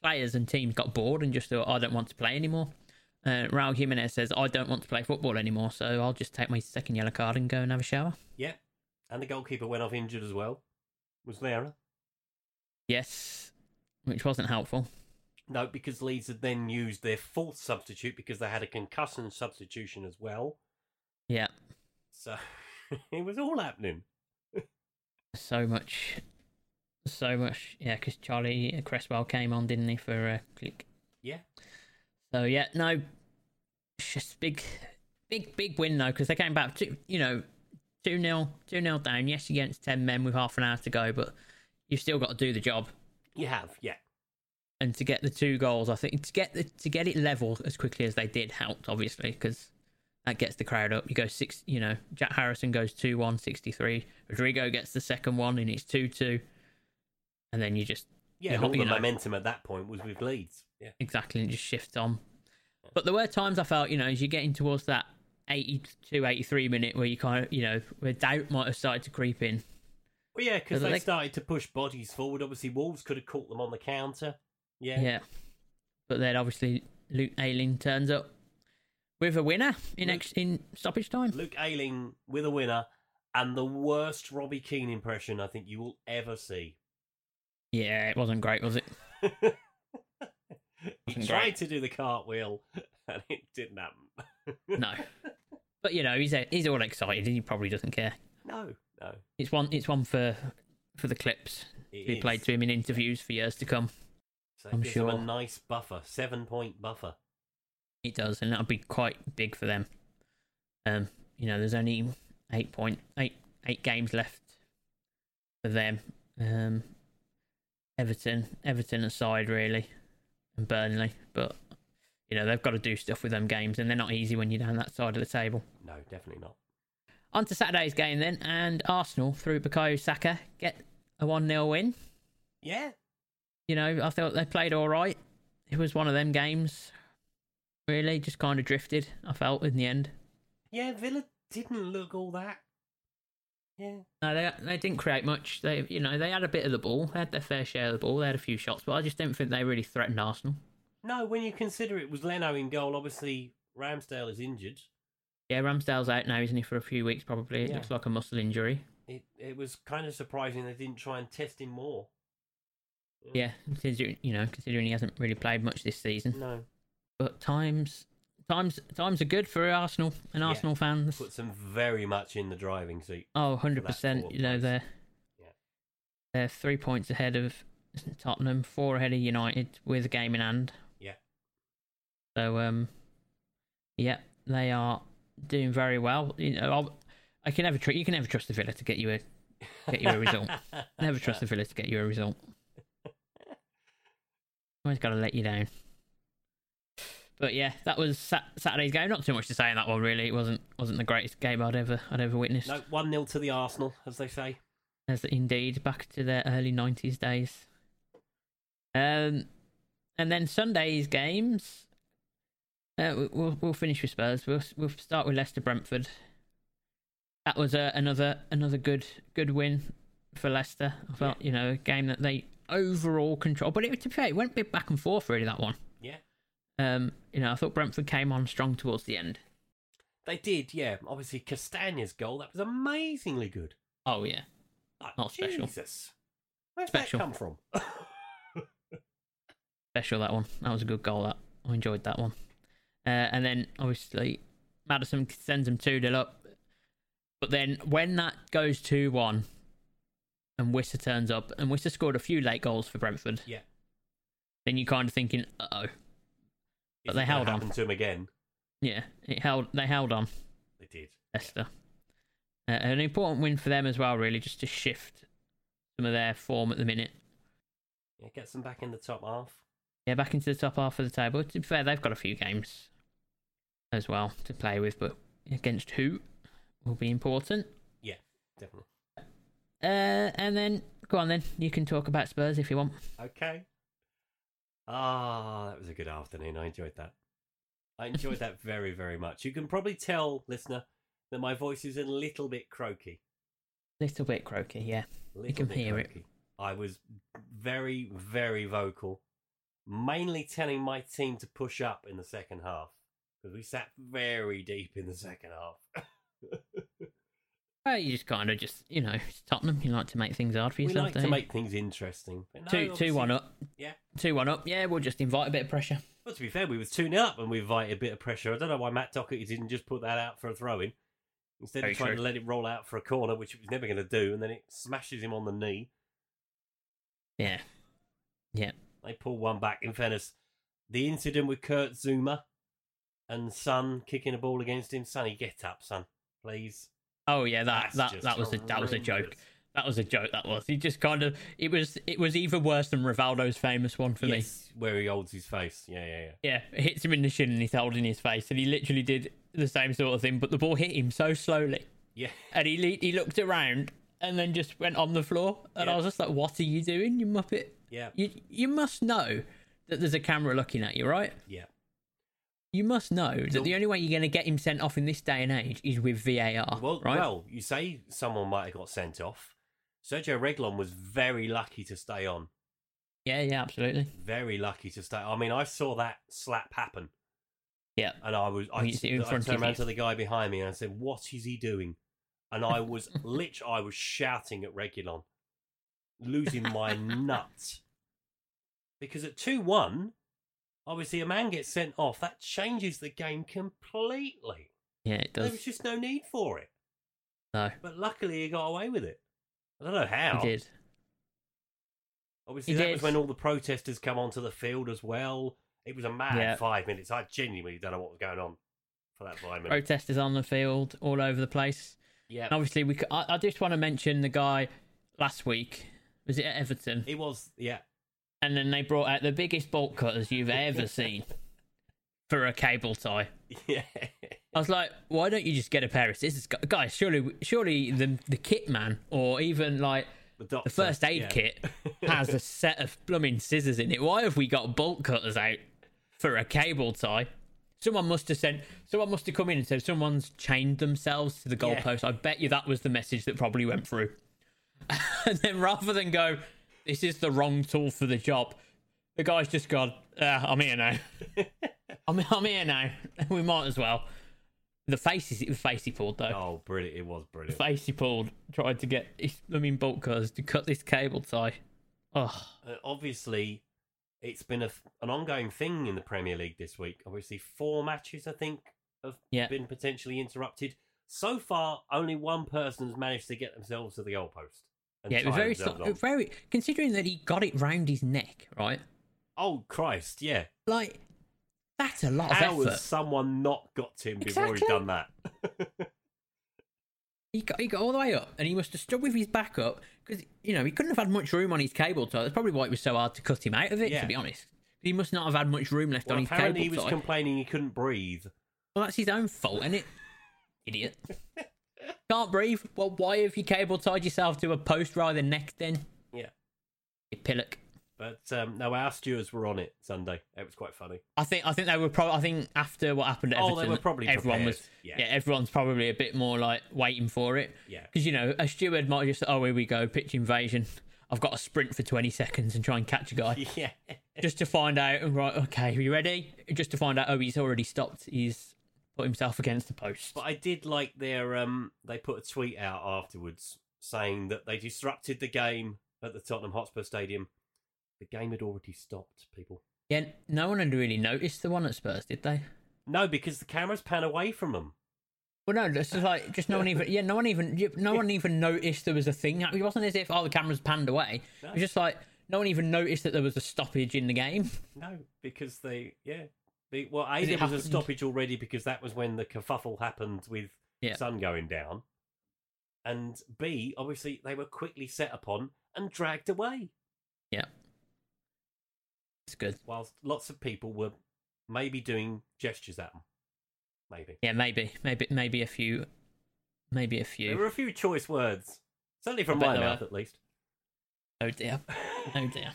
Speaker 1: Players and teams got bored and just thought, I don't want to play anymore. Uh, Raul Jimenez says, I don't want to play football anymore, so I'll just take my second yellow card and go and have a shower.
Speaker 2: Yeah, and the goalkeeper went off injured as well. Was there?
Speaker 1: Yes, which wasn't helpful.
Speaker 2: No, because Leeds had then used their fourth substitute because they had a concussion substitution as well.
Speaker 1: Yeah,
Speaker 2: So *laughs* it was all happening.
Speaker 1: so much, so much. Yeah, because Charlie Cresswell came on, didn't he, for uh, click.
Speaker 2: Yeah.
Speaker 1: So yeah, no, it's just big, big, big win though because they came back two, you know, two 0 two 0 down. Yes, against ten men with half an hour to go, but you've still got to do the job.
Speaker 2: You have, yeah.
Speaker 1: And to get the two goals, I think to get the, to get it level as quickly as they did helped obviously because that gets the crowd up. You go six, you know, Jack Harrison goes 2-1, 63. Rodrigo gets the second one and it's two two, and then you just
Speaker 2: Yeah,
Speaker 1: You
Speaker 2: and all
Speaker 1: hope-
Speaker 2: the
Speaker 1: you know.
Speaker 2: momentum at that point was with Leeds. Yeah.
Speaker 1: exactly and just shift on. But there were times I felt, you know, as you're getting towards that 82, 83 minute where you kind of, you know, where doubt might have started to creep in.
Speaker 2: Well, yeah, because
Speaker 1: So
Speaker 2: they
Speaker 1: they-
Speaker 2: started to push bodies forward. Obviously, Wolves could have caught them on the counter. Yeah.
Speaker 1: Yeah. But then obviously Luke Ayling turns up with a winner in ex- in stoppage time.
Speaker 2: Luke Ayling with a winner and the worst Robbie Keane impression I think you will ever see.
Speaker 1: Yeah, it wasn't great,
Speaker 2: *laughs*
Speaker 1: was it?
Speaker 2: He
Speaker 1: Wasn't
Speaker 2: tried
Speaker 1: great.
Speaker 2: to do the cartwheel *laughs* and it didn't happen.
Speaker 1: No. but you know, he's he's all excited and he probably doesn't care.
Speaker 2: No, no.
Speaker 1: It's one it's one for for the clips
Speaker 2: It
Speaker 1: to be
Speaker 2: is.
Speaker 1: played to him in interviews for years to come.
Speaker 2: So
Speaker 1: I'm
Speaker 2: gives them
Speaker 1: sure.
Speaker 2: a nice buffer, seven point buffer.
Speaker 1: It does, and that'll be quite big for them. Um, you know, there's only eight point eight eight games left for them. Um, Everton, Everton aside, really, and Burnley, but you know they've got to do stuff with them games, and they're not easy when you're down that side of the table.
Speaker 2: No, definitely not.
Speaker 1: On to Saturday's game then, and Arsenal through Bukayo Saka get a one 0 win.
Speaker 2: Yeah.
Speaker 1: You know, I thought they played all right. It was one of them games, really, just kind of drifted. I felt in the end.
Speaker 2: Yeah, Villa didn't look all that. Yeah.
Speaker 1: No, they they didn't create much. They you know they had a bit of the ball. They had their fair share of the ball. They had a few shots, but I just didn't think they really threatened Arsenal.
Speaker 2: No, when you consider it was Leno in goal, obviously Ramsdale is injured.
Speaker 1: Yeah, Ramsdale's out now, isn't he, for a few weeks probably. It
Speaker 2: Yeah.
Speaker 1: looks like a muscle injury.
Speaker 2: It it was kind of surprising they didn't try and test him more.
Speaker 1: Yeah, considering you know considering he hasn't really played much this season.
Speaker 2: No.
Speaker 1: But times times times are good for Arsenal and
Speaker 2: Yeah.
Speaker 1: Arsenal fans.
Speaker 2: Puts him very much in the driving seat.
Speaker 1: Oh, 100 percent.
Speaker 2: fourth
Speaker 1: You know
Speaker 2: place.
Speaker 1: they're
Speaker 2: Yeah.
Speaker 1: they're three points ahead of *laughs* Tottenham, four ahead of United with a game in hand.
Speaker 2: Yeah.
Speaker 1: So um, yeah, they are doing very well. You know, I'll, I can never tr- you can never trust the Villa to get you a get you a
Speaker 2: *laughs*
Speaker 1: result. never trust the Villa to get you a result. Always got to let you down. But yeah, that was Sat- Saturday's game. Not too much to say in that one, really. It wasn't wasn't the greatest game I'd ever I'd ever witnessed.
Speaker 2: No, one 0 to the Arsenal, as they say.
Speaker 1: As indeed, back to their early nineties days. Um, and then Sunday's games. Uh, we- we'll we'll finish with Spurs. We'll we'll start with Leicester Brentford. That was uh, another another good good win for Leicester. I felt you know a game that they overall control, but it to be fair, it went a bit back and forth really that one.
Speaker 2: Yeah.
Speaker 1: Um, you know, I thought Brentford came on strong towards the end.
Speaker 2: They did, yeah. Obviously Castagna's goal, that was amazingly good.
Speaker 1: Oh yeah,
Speaker 2: Like,
Speaker 1: Not special.
Speaker 2: Jesus. Where's
Speaker 1: Special.
Speaker 2: that come from? *laughs*
Speaker 1: special that one. That was a good goal. That I enjoyed that one. Uh, and then obviously Madison sends them 2 0 up. But then when that goes 2 1, and Wisser turns up, and Wisser scored a few late goals for Brentford,
Speaker 2: Yeah.
Speaker 1: then you're kind of thinking, uh oh. But they held on.
Speaker 2: Happened to him again.
Speaker 1: Yeah, it held. they held on.
Speaker 2: They did.
Speaker 1: Leicester. Uh, an important win for them as well, really, just to shift some of their form at the minute.
Speaker 2: Yeah, gets them back in the top half.
Speaker 1: Yeah, back into the top half of the table. To be fair, they've got a few games as well to play with, but against who will be important.
Speaker 2: Definitely.
Speaker 1: Uh, and then go on, then you can talk about Spurs if you want.
Speaker 2: Okay. Ah, that was a good afternoon. I enjoyed that. I
Speaker 1: *laughs*
Speaker 2: enjoyed that very, very much. You can probably tell, listener, that my voice is a little bit croaky.
Speaker 1: Little bit croaky, yeah.
Speaker 2: Little
Speaker 1: can
Speaker 2: bit
Speaker 1: hear it.
Speaker 2: croaky. I was very, very vocal, mainly telling my team to push up in the second half because we sat very deep in the second half.
Speaker 1: Oh, you just kind of just you know, it's Tottenham. You like to make things hard for
Speaker 2: we
Speaker 1: yourself.
Speaker 2: like
Speaker 1: don't
Speaker 2: to
Speaker 1: you?
Speaker 2: make things interesting. But no,
Speaker 1: two two
Speaker 2: obviously-
Speaker 1: one up.
Speaker 2: Yeah.
Speaker 1: two one up. Yeah, we'll just invite a bit of pressure.
Speaker 2: Well, to be fair, we was 2 0 up and we invited a bit of pressure. I don't know why Matt Doherty didn't just put that out for a throw in. Instead
Speaker 1: Very
Speaker 2: of trying
Speaker 1: true.
Speaker 2: to let it roll out for a corner, which it was never going to do, and then it smashes him on the knee.
Speaker 1: Yeah, yeah.
Speaker 2: They pull one back. In fairness, the incident with Kurt Zuma and Son kicking a ball against him. Sonny, get up, son, please.
Speaker 1: Oh yeah, that
Speaker 2: That's
Speaker 1: that,
Speaker 2: just
Speaker 1: that was a, that was a joke.
Speaker 2: horrendous.
Speaker 1: That was a joke. That was. He just kind of. It was. It was even worse than Rivaldo's famous one for me.
Speaker 2: Yes, where he holds his face. Yeah, yeah, yeah.
Speaker 1: Yeah, it hits him in the shin and he's holding his face, and he literally did the same sort of thing, but the ball hit him so slowly,
Speaker 2: Yeah,
Speaker 1: and he le- he looked around and then just went on the floor, and I
Speaker 2: Yeah.
Speaker 1: was just like, "What are you doing, you muppet?
Speaker 2: yeah,
Speaker 1: You you must know that there's a camera looking at you, right?
Speaker 2: yeah.
Speaker 1: You must know that
Speaker 2: Nope.
Speaker 1: the only way you're going to get him sent off in this day and age is with VAR,
Speaker 2: Well,
Speaker 1: Ah, right?
Speaker 2: well, you say someone might have got sent off. Sergio Reglon was very lucky to stay on.
Speaker 1: yeah, yeah, absolutely.
Speaker 2: very lucky to stay. I mean, I saw that slap happen,
Speaker 1: Yeah,
Speaker 2: and I was I,
Speaker 1: You see it in
Speaker 2: I
Speaker 1: front of
Speaker 2: turned
Speaker 1: you.
Speaker 2: around to the guy behind me and I said, "What is he doing?" And I
Speaker 1: *laughs*
Speaker 2: was lit. I was shouting at Regulon, losing my nuts, because at two one, obviously a man gets sent off. That changes the game completely.
Speaker 1: yeah, it
Speaker 2: There
Speaker 1: does.
Speaker 2: was just no need for it.
Speaker 1: No,
Speaker 2: But luckily, he got away with it. I don't know how.
Speaker 1: he did.
Speaker 2: Obviously,
Speaker 1: He
Speaker 2: that
Speaker 1: did.
Speaker 2: was when all the protesters come onto the field as well. It was a mad
Speaker 1: Yeah.
Speaker 2: five minutes. I genuinely don't know what was going on for that five minutes.
Speaker 1: protesters on the field all over the place.
Speaker 2: Yeah,
Speaker 1: And obviously, we. c- I, I just want to mention the guy last week. Was it at Everton?
Speaker 2: it was. Yeah, *laughs*
Speaker 1: And then they brought out the biggest bolt cutters you've ever seen for a cable tie.
Speaker 2: yeah,
Speaker 1: I was like, why don't you just get a pair of scissors, Gu- guys? Surely, surely the the kit man or even like
Speaker 2: the, doctor,
Speaker 1: the first aid
Speaker 2: yeah. *laughs*
Speaker 1: kit has a set of plumbing scissors in it. Why have we got bolt cutters out for a cable tie? Someone must have sent. Someone must have come in and said someone's chained themselves to the
Speaker 2: Yeah.
Speaker 1: goalpost. I bet you that was the message that probably went through. *laughs* and then rather than go, this is the wrong tool for the job. The guy's just gone. Uh, I'm here
Speaker 2: *laughs*
Speaker 1: now. *laughs* I'm, I'm here now. *laughs* we might as well. The face is the face he pulled though
Speaker 2: Oh, brilliant! It was brilliant.
Speaker 1: face he pulled tried to get his blooming bolt cutters to cut this cable tie. Oh,
Speaker 2: Uh, obviously, it's been a, f- an ongoing thing in the Premier League this week. Obviously, four matches I think have
Speaker 1: Yeah.
Speaker 2: been potentially interrupted. So far, only one person's managed to get themselves to the goalpost. And
Speaker 1: yeah, it was
Speaker 2: tie
Speaker 1: very,
Speaker 2: themselves
Speaker 1: sli-
Speaker 2: on.
Speaker 1: very considering that he got it round his neck, right?
Speaker 2: Oh Christ! Yeah,
Speaker 1: Like that's a lot of
Speaker 2: How
Speaker 1: effort.
Speaker 2: has someone not got to him before he's
Speaker 1: Exactly.
Speaker 2: done that? *laughs*
Speaker 1: He got he got all the way up, and he must have stood with his back up because you know he couldn't have had much room on his cable tie. That's probably why it was so hard to cut him out of it.
Speaker 2: Yeah.
Speaker 1: To be honest, he must not have had much room left
Speaker 2: Well,
Speaker 1: on his
Speaker 2: apparently,
Speaker 1: cable
Speaker 2: he was
Speaker 1: tie.
Speaker 2: complaining he couldn't breathe.
Speaker 1: well, that's his own fault, isn't it? Idiot. Can't breathe. Well, why have you cable tied yourself to a post rather than neck then?
Speaker 2: Yeah.
Speaker 1: You pillock.
Speaker 2: But um, no, our stewards were on it Sunday. It was quite funny.
Speaker 1: I think I think they were probably I think after what happened at
Speaker 2: Oh, they
Speaker 1: Everton,
Speaker 2: were probably
Speaker 1: everyone
Speaker 2: prepared.
Speaker 1: was
Speaker 2: Yeah.
Speaker 1: yeah. everyone's probably a bit more like waiting for it
Speaker 2: Yeah.
Speaker 1: *laughs* because you know a steward might just oh here we go pitch invasion I've got to sprint for twenty seconds and try and catch a guy
Speaker 2: Yeah.
Speaker 1: just to find out and right okay are you ready just to find out oh he's already stopped he's put himself against the post
Speaker 2: But I did like their. Um, they put a tweet out afterwards saying that they disrupted the game at the Tottenham Hotspur Stadium. The game had already stopped, people.
Speaker 1: yeah no one had really noticed the one at Spurs did they
Speaker 2: No, because the cameras pan away from them.
Speaker 1: Well, no, it's just like just no one even yeah, no one even you- no one even noticed there was a thing. It wasn't as if oh the cameras panned away. It was just like no one even noticed that there was a stoppage in the game.
Speaker 2: No, because they yeah. They, well, A, there
Speaker 1: it
Speaker 2: was a
Speaker 1: happened.
Speaker 2: stoppage already because that was when the kerfuffle happened with
Speaker 1: Yeah.
Speaker 2: sun going down, and B, obviously they were quickly set upon and dragged away,
Speaker 1: It's good.
Speaker 2: whilst lots of people were maybe doing gestures at them. Maybe
Speaker 1: Yeah, maybe, maybe, maybe a few, maybe a
Speaker 2: there were
Speaker 1: few.
Speaker 2: a few choice words, certainly from
Speaker 1: I bet
Speaker 2: my
Speaker 1: there
Speaker 2: mouth
Speaker 1: were.
Speaker 2: at least. *laughs*
Speaker 1: Oh dear, oh dear.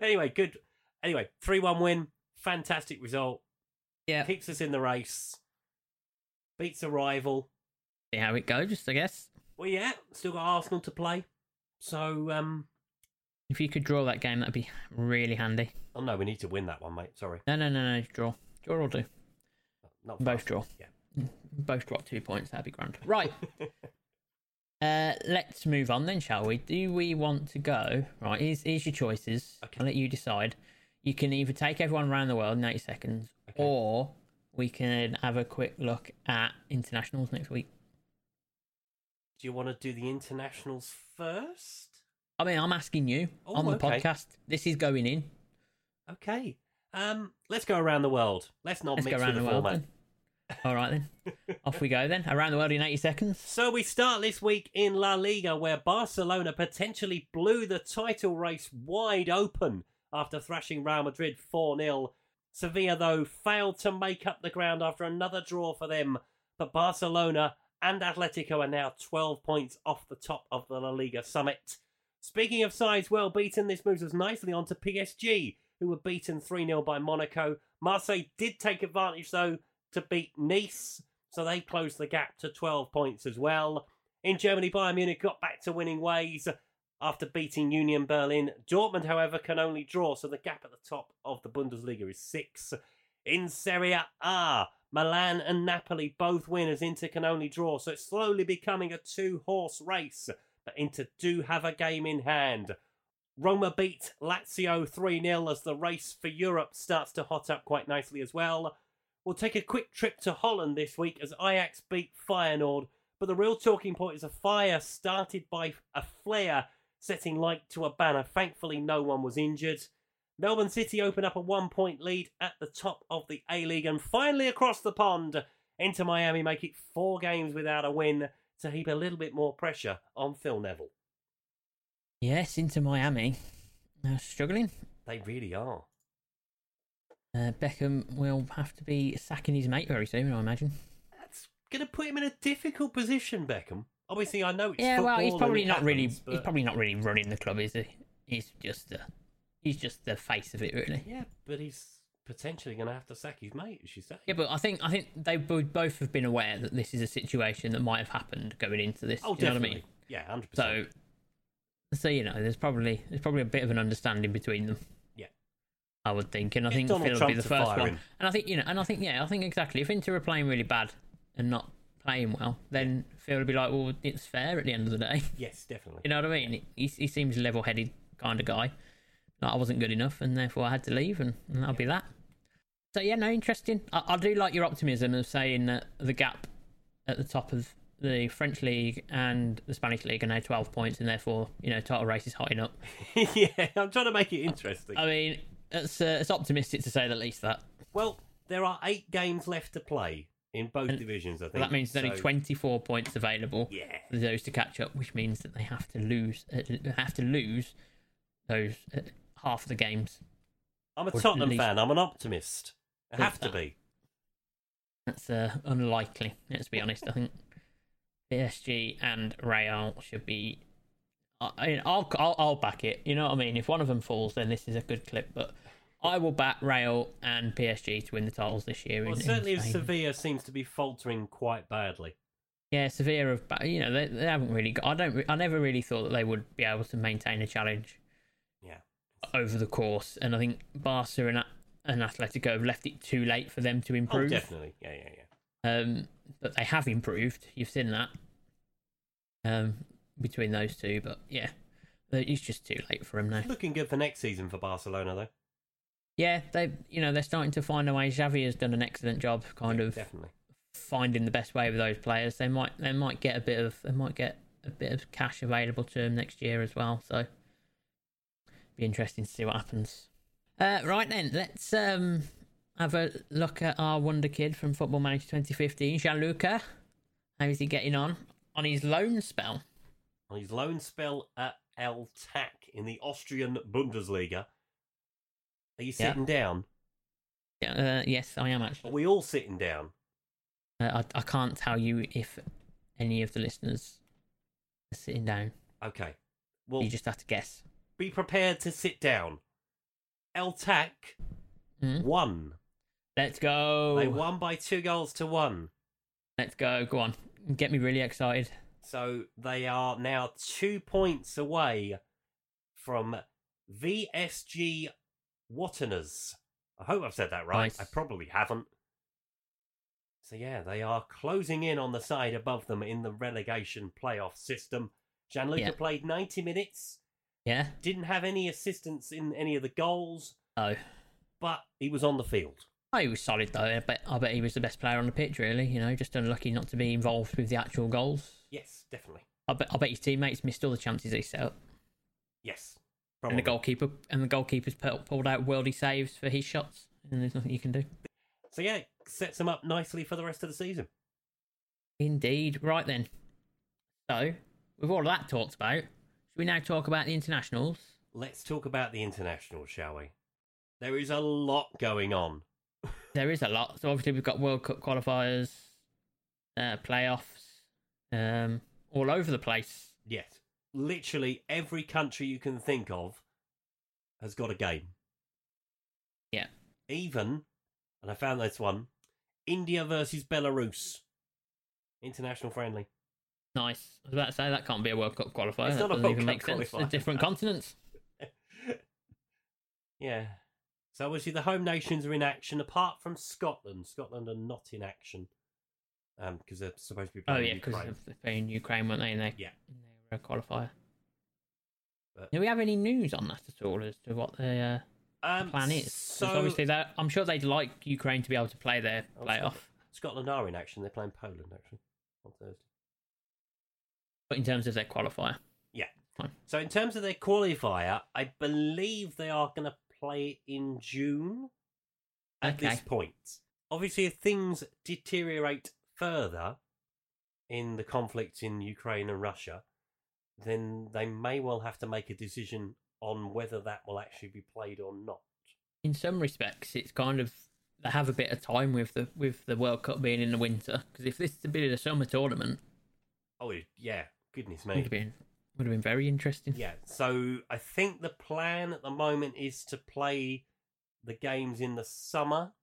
Speaker 2: anyway, good. Anyway, three-one win, fantastic result.
Speaker 1: Yeah,
Speaker 2: Keeps us in the race. Beats a rival.
Speaker 1: see how it goes. I guess
Speaker 2: Well, yeah, still got Arsenal to play. So, um,
Speaker 1: if you could draw that game, that'd be really handy.
Speaker 2: oh no, we need to win that one, mate. Sorry,
Speaker 1: No, no, no, no. Draw, draw or do.
Speaker 2: not for
Speaker 1: Both
Speaker 2: us.
Speaker 1: draw.
Speaker 2: Yeah.
Speaker 1: Both drop two points. That'd be grand.
Speaker 2: *laughs*
Speaker 1: Right. uh, let's move on then, shall we? Do we want to go? Right. Here's, here's your choices.
Speaker 2: Okay.
Speaker 1: I'll let you decide. You can either take everyone around the world in 80 seconds,
Speaker 2: Okay.
Speaker 1: or we can have a quick look at internationals next week.
Speaker 2: Do you want to do the internationals first?
Speaker 1: I mean, I'm asking you
Speaker 2: Oh,
Speaker 1: on the
Speaker 2: okay.
Speaker 1: podcast. This is going in.
Speaker 2: Okay. Um, let's go around the world. Let's not
Speaker 1: Let's
Speaker 2: mix
Speaker 1: go around the
Speaker 2: with the,
Speaker 1: world
Speaker 2: format.
Speaker 1: then. All right
Speaker 2: *laughs*
Speaker 1: then. Off we go then. Around the world in 80 seconds.
Speaker 2: So we start this week in La Liga, where Barcelona potentially blew the title race wide open after thrashing Real Madrid 4 0. Sevilla, though, failed to make up the ground after another draw for them, but Barcelona and Atletico are now 12 points off the top of the La Liga summit. Speaking of sides well beaten, this moves us nicely on to PSG, who were beaten 3 0 by Monaco. Marseille did take advantage, though, to beat Nice, so they closed the gap to 12 points as well. In Germany, Bayern Munich got back to winning ways after beating Union Berlin. Dortmund, however, can only draw, so the gap at the top of the Bundesliga is six. In Serie A, Milan and Napoli both win as Inter can only draw, so it's slowly becoming a two horse race. But Inter do have a game in hand. Roma beat Lazio 3 0 as the race for Europe starts to hot up quite nicely as well. We'll take a quick trip to Holland this week as Ajax beat Feyenoord, but the real talking point is a fire started by a flare setting light to a banner. Thankfully, no one was injured. Melbourne City open up a one point lead at the top of the A League, and finally across the pond, Enter Miami make it four games without a win to heap a little bit more pressure on Phil Neville.
Speaker 1: Yes, into Miami. Uh, struggling.
Speaker 2: They really are.
Speaker 1: Uh, Beckham will have to be sacking his mate very soon, I imagine.
Speaker 2: That's going to put him in a difficult position, Beckham. Obviously, I know it's
Speaker 1: yeah, well, he's
Speaker 2: football and
Speaker 1: probably
Speaker 2: it
Speaker 1: not really.
Speaker 2: happens, but-
Speaker 1: He's probably not really running the club, is he? He's just the. He's just the face of it, really.
Speaker 2: Yeah, but he's potentially going to have to sack his mate, as you say.
Speaker 1: Yeah, but I think I think they would both have been aware that this is a situation that might have happened going into this.
Speaker 2: oh,
Speaker 1: you know what I
Speaker 2: definitely.
Speaker 1: mean?
Speaker 2: Yeah, hundred
Speaker 1: So,
Speaker 2: percent.
Speaker 1: so you know, there's probably there's probably a bit of an understanding between them.
Speaker 2: Yeah.
Speaker 1: I would think, and I
Speaker 2: Get
Speaker 1: think
Speaker 2: Donald
Speaker 1: Phil
Speaker 2: Trump
Speaker 1: would be the
Speaker 2: to
Speaker 1: first
Speaker 2: fire
Speaker 1: one.
Speaker 2: him.
Speaker 1: And I think you know, and I think yeah, I think exactly. If Inter are playing really bad and not playing well, then Phil would be like, well, it's fair at the end of the day.
Speaker 2: Yes, definitely.
Speaker 1: You know what I mean? He, he seems a level headed kind of guy. Like, I wasn't good enough, and therefore I had to leave, and, and that'll be that. So, yeah, no, interesting. I, I do like your optimism of saying that the gap at the top of the French league and the Spanish league are now 12 points, and therefore, you know, title race is hotting up.
Speaker 2: *laughs* yeah, I'm trying to make it interesting.
Speaker 1: I mean, it's, uh, it's optimistic to say the least that.
Speaker 2: well, there are eight games left to play in both divisions. I think
Speaker 1: Well, that means there's only
Speaker 2: so-
Speaker 1: 24 points available
Speaker 2: Yeah,
Speaker 1: for those to catch up, which means that they have to lose, uh, have to lose those uh, half the games
Speaker 2: I'm a
Speaker 1: Or at
Speaker 2: Tottenham
Speaker 1: least-
Speaker 2: fan. I'm an optimist. I
Speaker 1: Good
Speaker 2: have to
Speaker 1: fan.
Speaker 2: be.
Speaker 1: That's uh, unlikely. Let's be honest. I think PSG and Real should be. I, I mean, I'll, I'll I'll back it. You know what I mean. If one of them falls, then this is a good clip. But I will back Real and PSG to win the titles this year.
Speaker 2: Well,
Speaker 1: in, in
Speaker 2: certainly
Speaker 1: Spain.
Speaker 2: Sevilla seems to be faltering quite badly.
Speaker 1: Yeah, Sevilla have. ba- You know they, they haven't really. Got, I don't. re- I never really thought that they would be able to maintain a challenge
Speaker 2: Yeah,
Speaker 1: over the course. And I think Barca and A- and Atletico have left it too late for them to improve.
Speaker 2: oh, definitely. Yeah, yeah, yeah.
Speaker 1: Um, but they have improved. You've seen that. Um, between those two, but yeah, it's just too late for him now.
Speaker 2: Looking good for next season for Barcelona, though.
Speaker 1: yeah, they you know they're starting to find a way. Xavi has done an excellent job, kind of
Speaker 2: Definitely.
Speaker 1: finding the best way with those players. They might they might get a bit of they might get a bit of cash available to them next year as well. So be interesting to see what happens. Uh, right then, let's um have a look at our wonder kid from Football Manager 2015, Gianluca. How is he getting on on his loan spell?
Speaker 2: On his loan spell at El Tac in the Austrian Bundesliga. Are you
Speaker 1: Yeah.
Speaker 2: sitting down?
Speaker 1: Yeah, Uh, yes, I am
Speaker 2: Are
Speaker 1: actually.
Speaker 2: we all sitting down?
Speaker 1: Uh, I, I can't tell you if any of the listeners are sitting down.
Speaker 2: Okay. Well,
Speaker 1: You just have to guess.
Speaker 2: be prepared to sit down. El Tac
Speaker 1: Mhm.
Speaker 2: won.
Speaker 1: Let's go.
Speaker 2: They won by two goals to one.
Speaker 1: Let's go. Go on. Get me really excited.
Speaker 2: So they are now two points away from VSG Watteners. I hope I've said that right.
Speaker 1: Nice.
Speaker 2: I probably haven't. So yeah, they are closing in on the side above them in the relegation playoff system. Gianluca
Speaker 1: Yeah.
Speaker 2: played 90 minutes,
Speaker 1: Yeah.
Speaker 2: didn't have any assistance in any of the goals,
Speaker 1: Oh,
Speaker 2: but he was on the field.
Speaker 1: oh he was solid though. I bet, I bet he was the best player on the pitch. Really, you know, just unlucky not to be involved with the actual goals.
Speaker 2: Yes, definitely.
Speaker 1: I bet, I bet his teammates missed all the chances he set up,
Speaker 2: Yes.
Speaker 1: and
Speaker 2: Probably.
Speaker 1: the goalkeeper and the goalkeeper's pu- pulled out worldy saves for his shots, and there's nothing you can do.
Speaker 2: So yeah, it sets them up nicely for the rest of the season.
Speaker 1: Indeed. Right then. So, with all that talked about, should we now talk about the internationals?
Speaker 2: Let's talk about the international, shall we? There is a lot going on.
Speaker 1: There is a lot. So obviously we've got World Cup qualifiers, uh, playoffs, um, all over the place.
Speaker 2: Yes. Literally every country you can think of has got a game.
Speaker 1: Yeah.
Speaker 2: Even, and I found this one India versus Belarus. International friendly.
Speaker 1: Nice. I was about to say that can't be a World Cup qualifier.
Speaker 2: It's
Speaker 1: that
Speaker 2: not a
Speaker 1: doesn't
Speaker 2: World
Speaker 1: even
Speaker 2: Cup
Speaker 1: make sense. They're
Speaker 2: qualifier.
Speaker 1: different continents.
Speaker 2: Yeah. So obviously the home nations are in action apart from Scotland. Scotland are not in action because they're supposed to be
Speaker 1: Oh
Speaker 2: playing
Speaker 1: yeah, because
Speaker 2: Ukraine.
Speaker 1: they're in Ukraine, weren't they? And they,
Speaker 2: Yeah.
Speaker 1: and they were a qualifier.
Speaker 2: But-
Speaker 1: Do we have any news on that at all as to what the uh,
Speaker 2: Um,
Speaker 1: plan is? 'Cause
Speaker 2: So
Speaker 1: obviously, that I'm sure they'd like Ukraine to be able to play their
Speaker 2: Oh,
Speaker 1: playoff.
Speaker 2: Scotland are in action. They're playing Poland actually on Thursday.
Speaker 1: But in terms of their qualifier,
Speaker 2: So in terms of their qualifier, I believe they are going to play in June. At
Speaker 1: Okay.
Speaker 2: this point, obviously, if things deteriorate further in the conflict in Ukraine and Russia, then they may well have to make a decision on whether that will actually be played or not.
Speaker 1: in some respects, it's kind of they have a bit of time with the with the World Cup being in the winter. Because if this had been a summer tournament,
Speaker 2: Oh yeah,
Speaker 1: it
Speaker 2: goodness
Speaker 1: would
Speaker 2: me.
Speaker 1: have been would have been very interesting.
Speaker 2: Yeah, so I think the plan at the moment is to play the games in the summer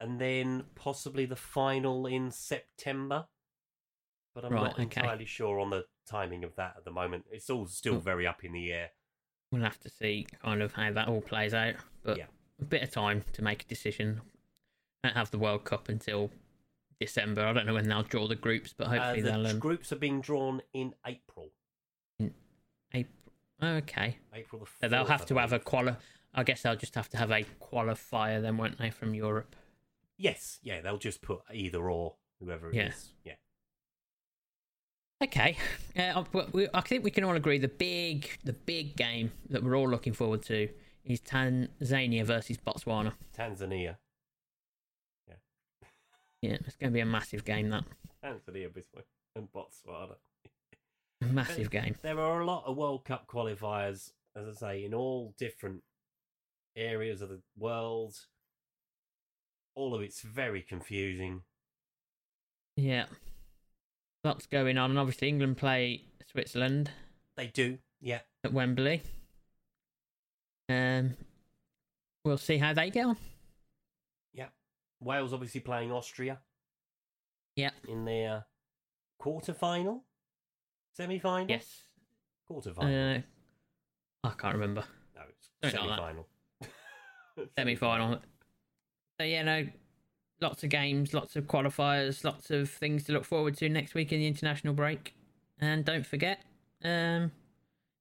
Speaker 2: and then possibly the final in September. But I'm
Speaker 1: Right,
Speaker 2: not
Speaker 1: okay.
Speaker 2: entirely sure on the timing of that at the moment. It's all still
Speaker 1: Oh.
Speaker 2: very up in the air.
Speaker 1: We'll have to see kind of how that all plays out. But
Speaker 2: Yeah.
Speaker 1: a bit of time to make a decision. Don't have the World Cup until December. I don't know when they'll draw the groups, but
Speaker 2: Uh,
Speaker 1: hopefully
Speaker 2: the
Speaker 1: they'll. Um,
Speaker 2: groups are being drawn in April.
Speaker 1: oh, okay,
Speaker 2: April the 4th.
Speaker 1: so they'll
Speaker 2: I
Speaker 1: have to have a
Speaker 2: believe.
Speaker 1: quali. I guess they'll just have to have a qualifier then, won't they, from Europe?
Speaker 2: Yes, yeah, they'll just put either or, whoever it is.
Speaker 1: Yeah.
Speaker 2: Yeah.
Speaker 1: Okay, *laughs* uh, but we, I think we can all agree the big, the big game that we're all looking forward to is Tanzania versus Botswana.
Speaker 2: Tanzania.
Speaker 1: Yeah, it's going to be a massive game. That
Speaker 2: Tanzania between and Botswana.
Speaker 1: massive game.
Speaker 2: There are a lot of World Cup qualifiers, as I say, in all different areas of the world. All of it's very confusing.
Speaker 1: Yeah, lots going on, and obviously England play Switzerland
Speaker 2: They do, yeah.
Speaker 1: at Wembley. Um, we'll see how they get on.
Speaker 2: Wales obviously playing Austria.
Speaker 1: Yeah.
Speaker 2: In their quarter final, semi final,
Speaker 1: Yes,
Speaker 2: quarter
Speaker 1: uh,
Speaker 2: final.
Speaker 1: I can't remember
Speaker 2: no, it's
Speaker 1: don't know
Speaker 2: semi
Speaker 1: that.
Speaker 2: *laughs* final.
Speaker 1: semi final. So yeah, no, lots of games, lots of qualifiers, lots of things to look forward to next week in the international break. And don't forget, um,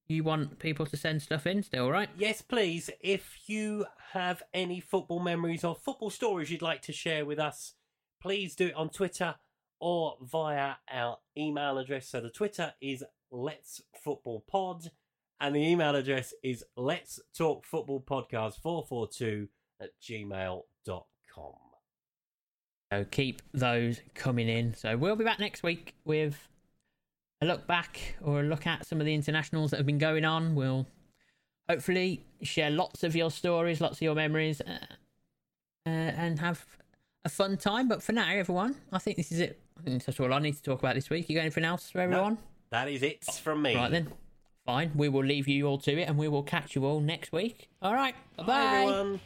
Speaker 1: you want people to send stuff in still, right?
Speaker 2: Yes, please. If you have any football memories or football stories you'd like to share with us, please do it on Twitter or via our email address. So the Twitter is Let's Football Pod, and the email address is Let's Talk Football Podcast 442 at gmail.com.
Speaker 1: So keep those coming in. So we'll be back next week with a look back or a look at some of the internationals that have been going on. We'll hopefully share lots of your stories, lots of your memories, uh, uh, and have a fun time. But for now, everyone, I think this is it. I think that's all I need to talk about this week. You got anything else for everyone?
Speaker 2: That is it from me.
Speaker 1: Right then. Fine. We will leave you all to it and we will catch you all next week. All right. Bye-bye.
Speaker 2: Bye, everyone.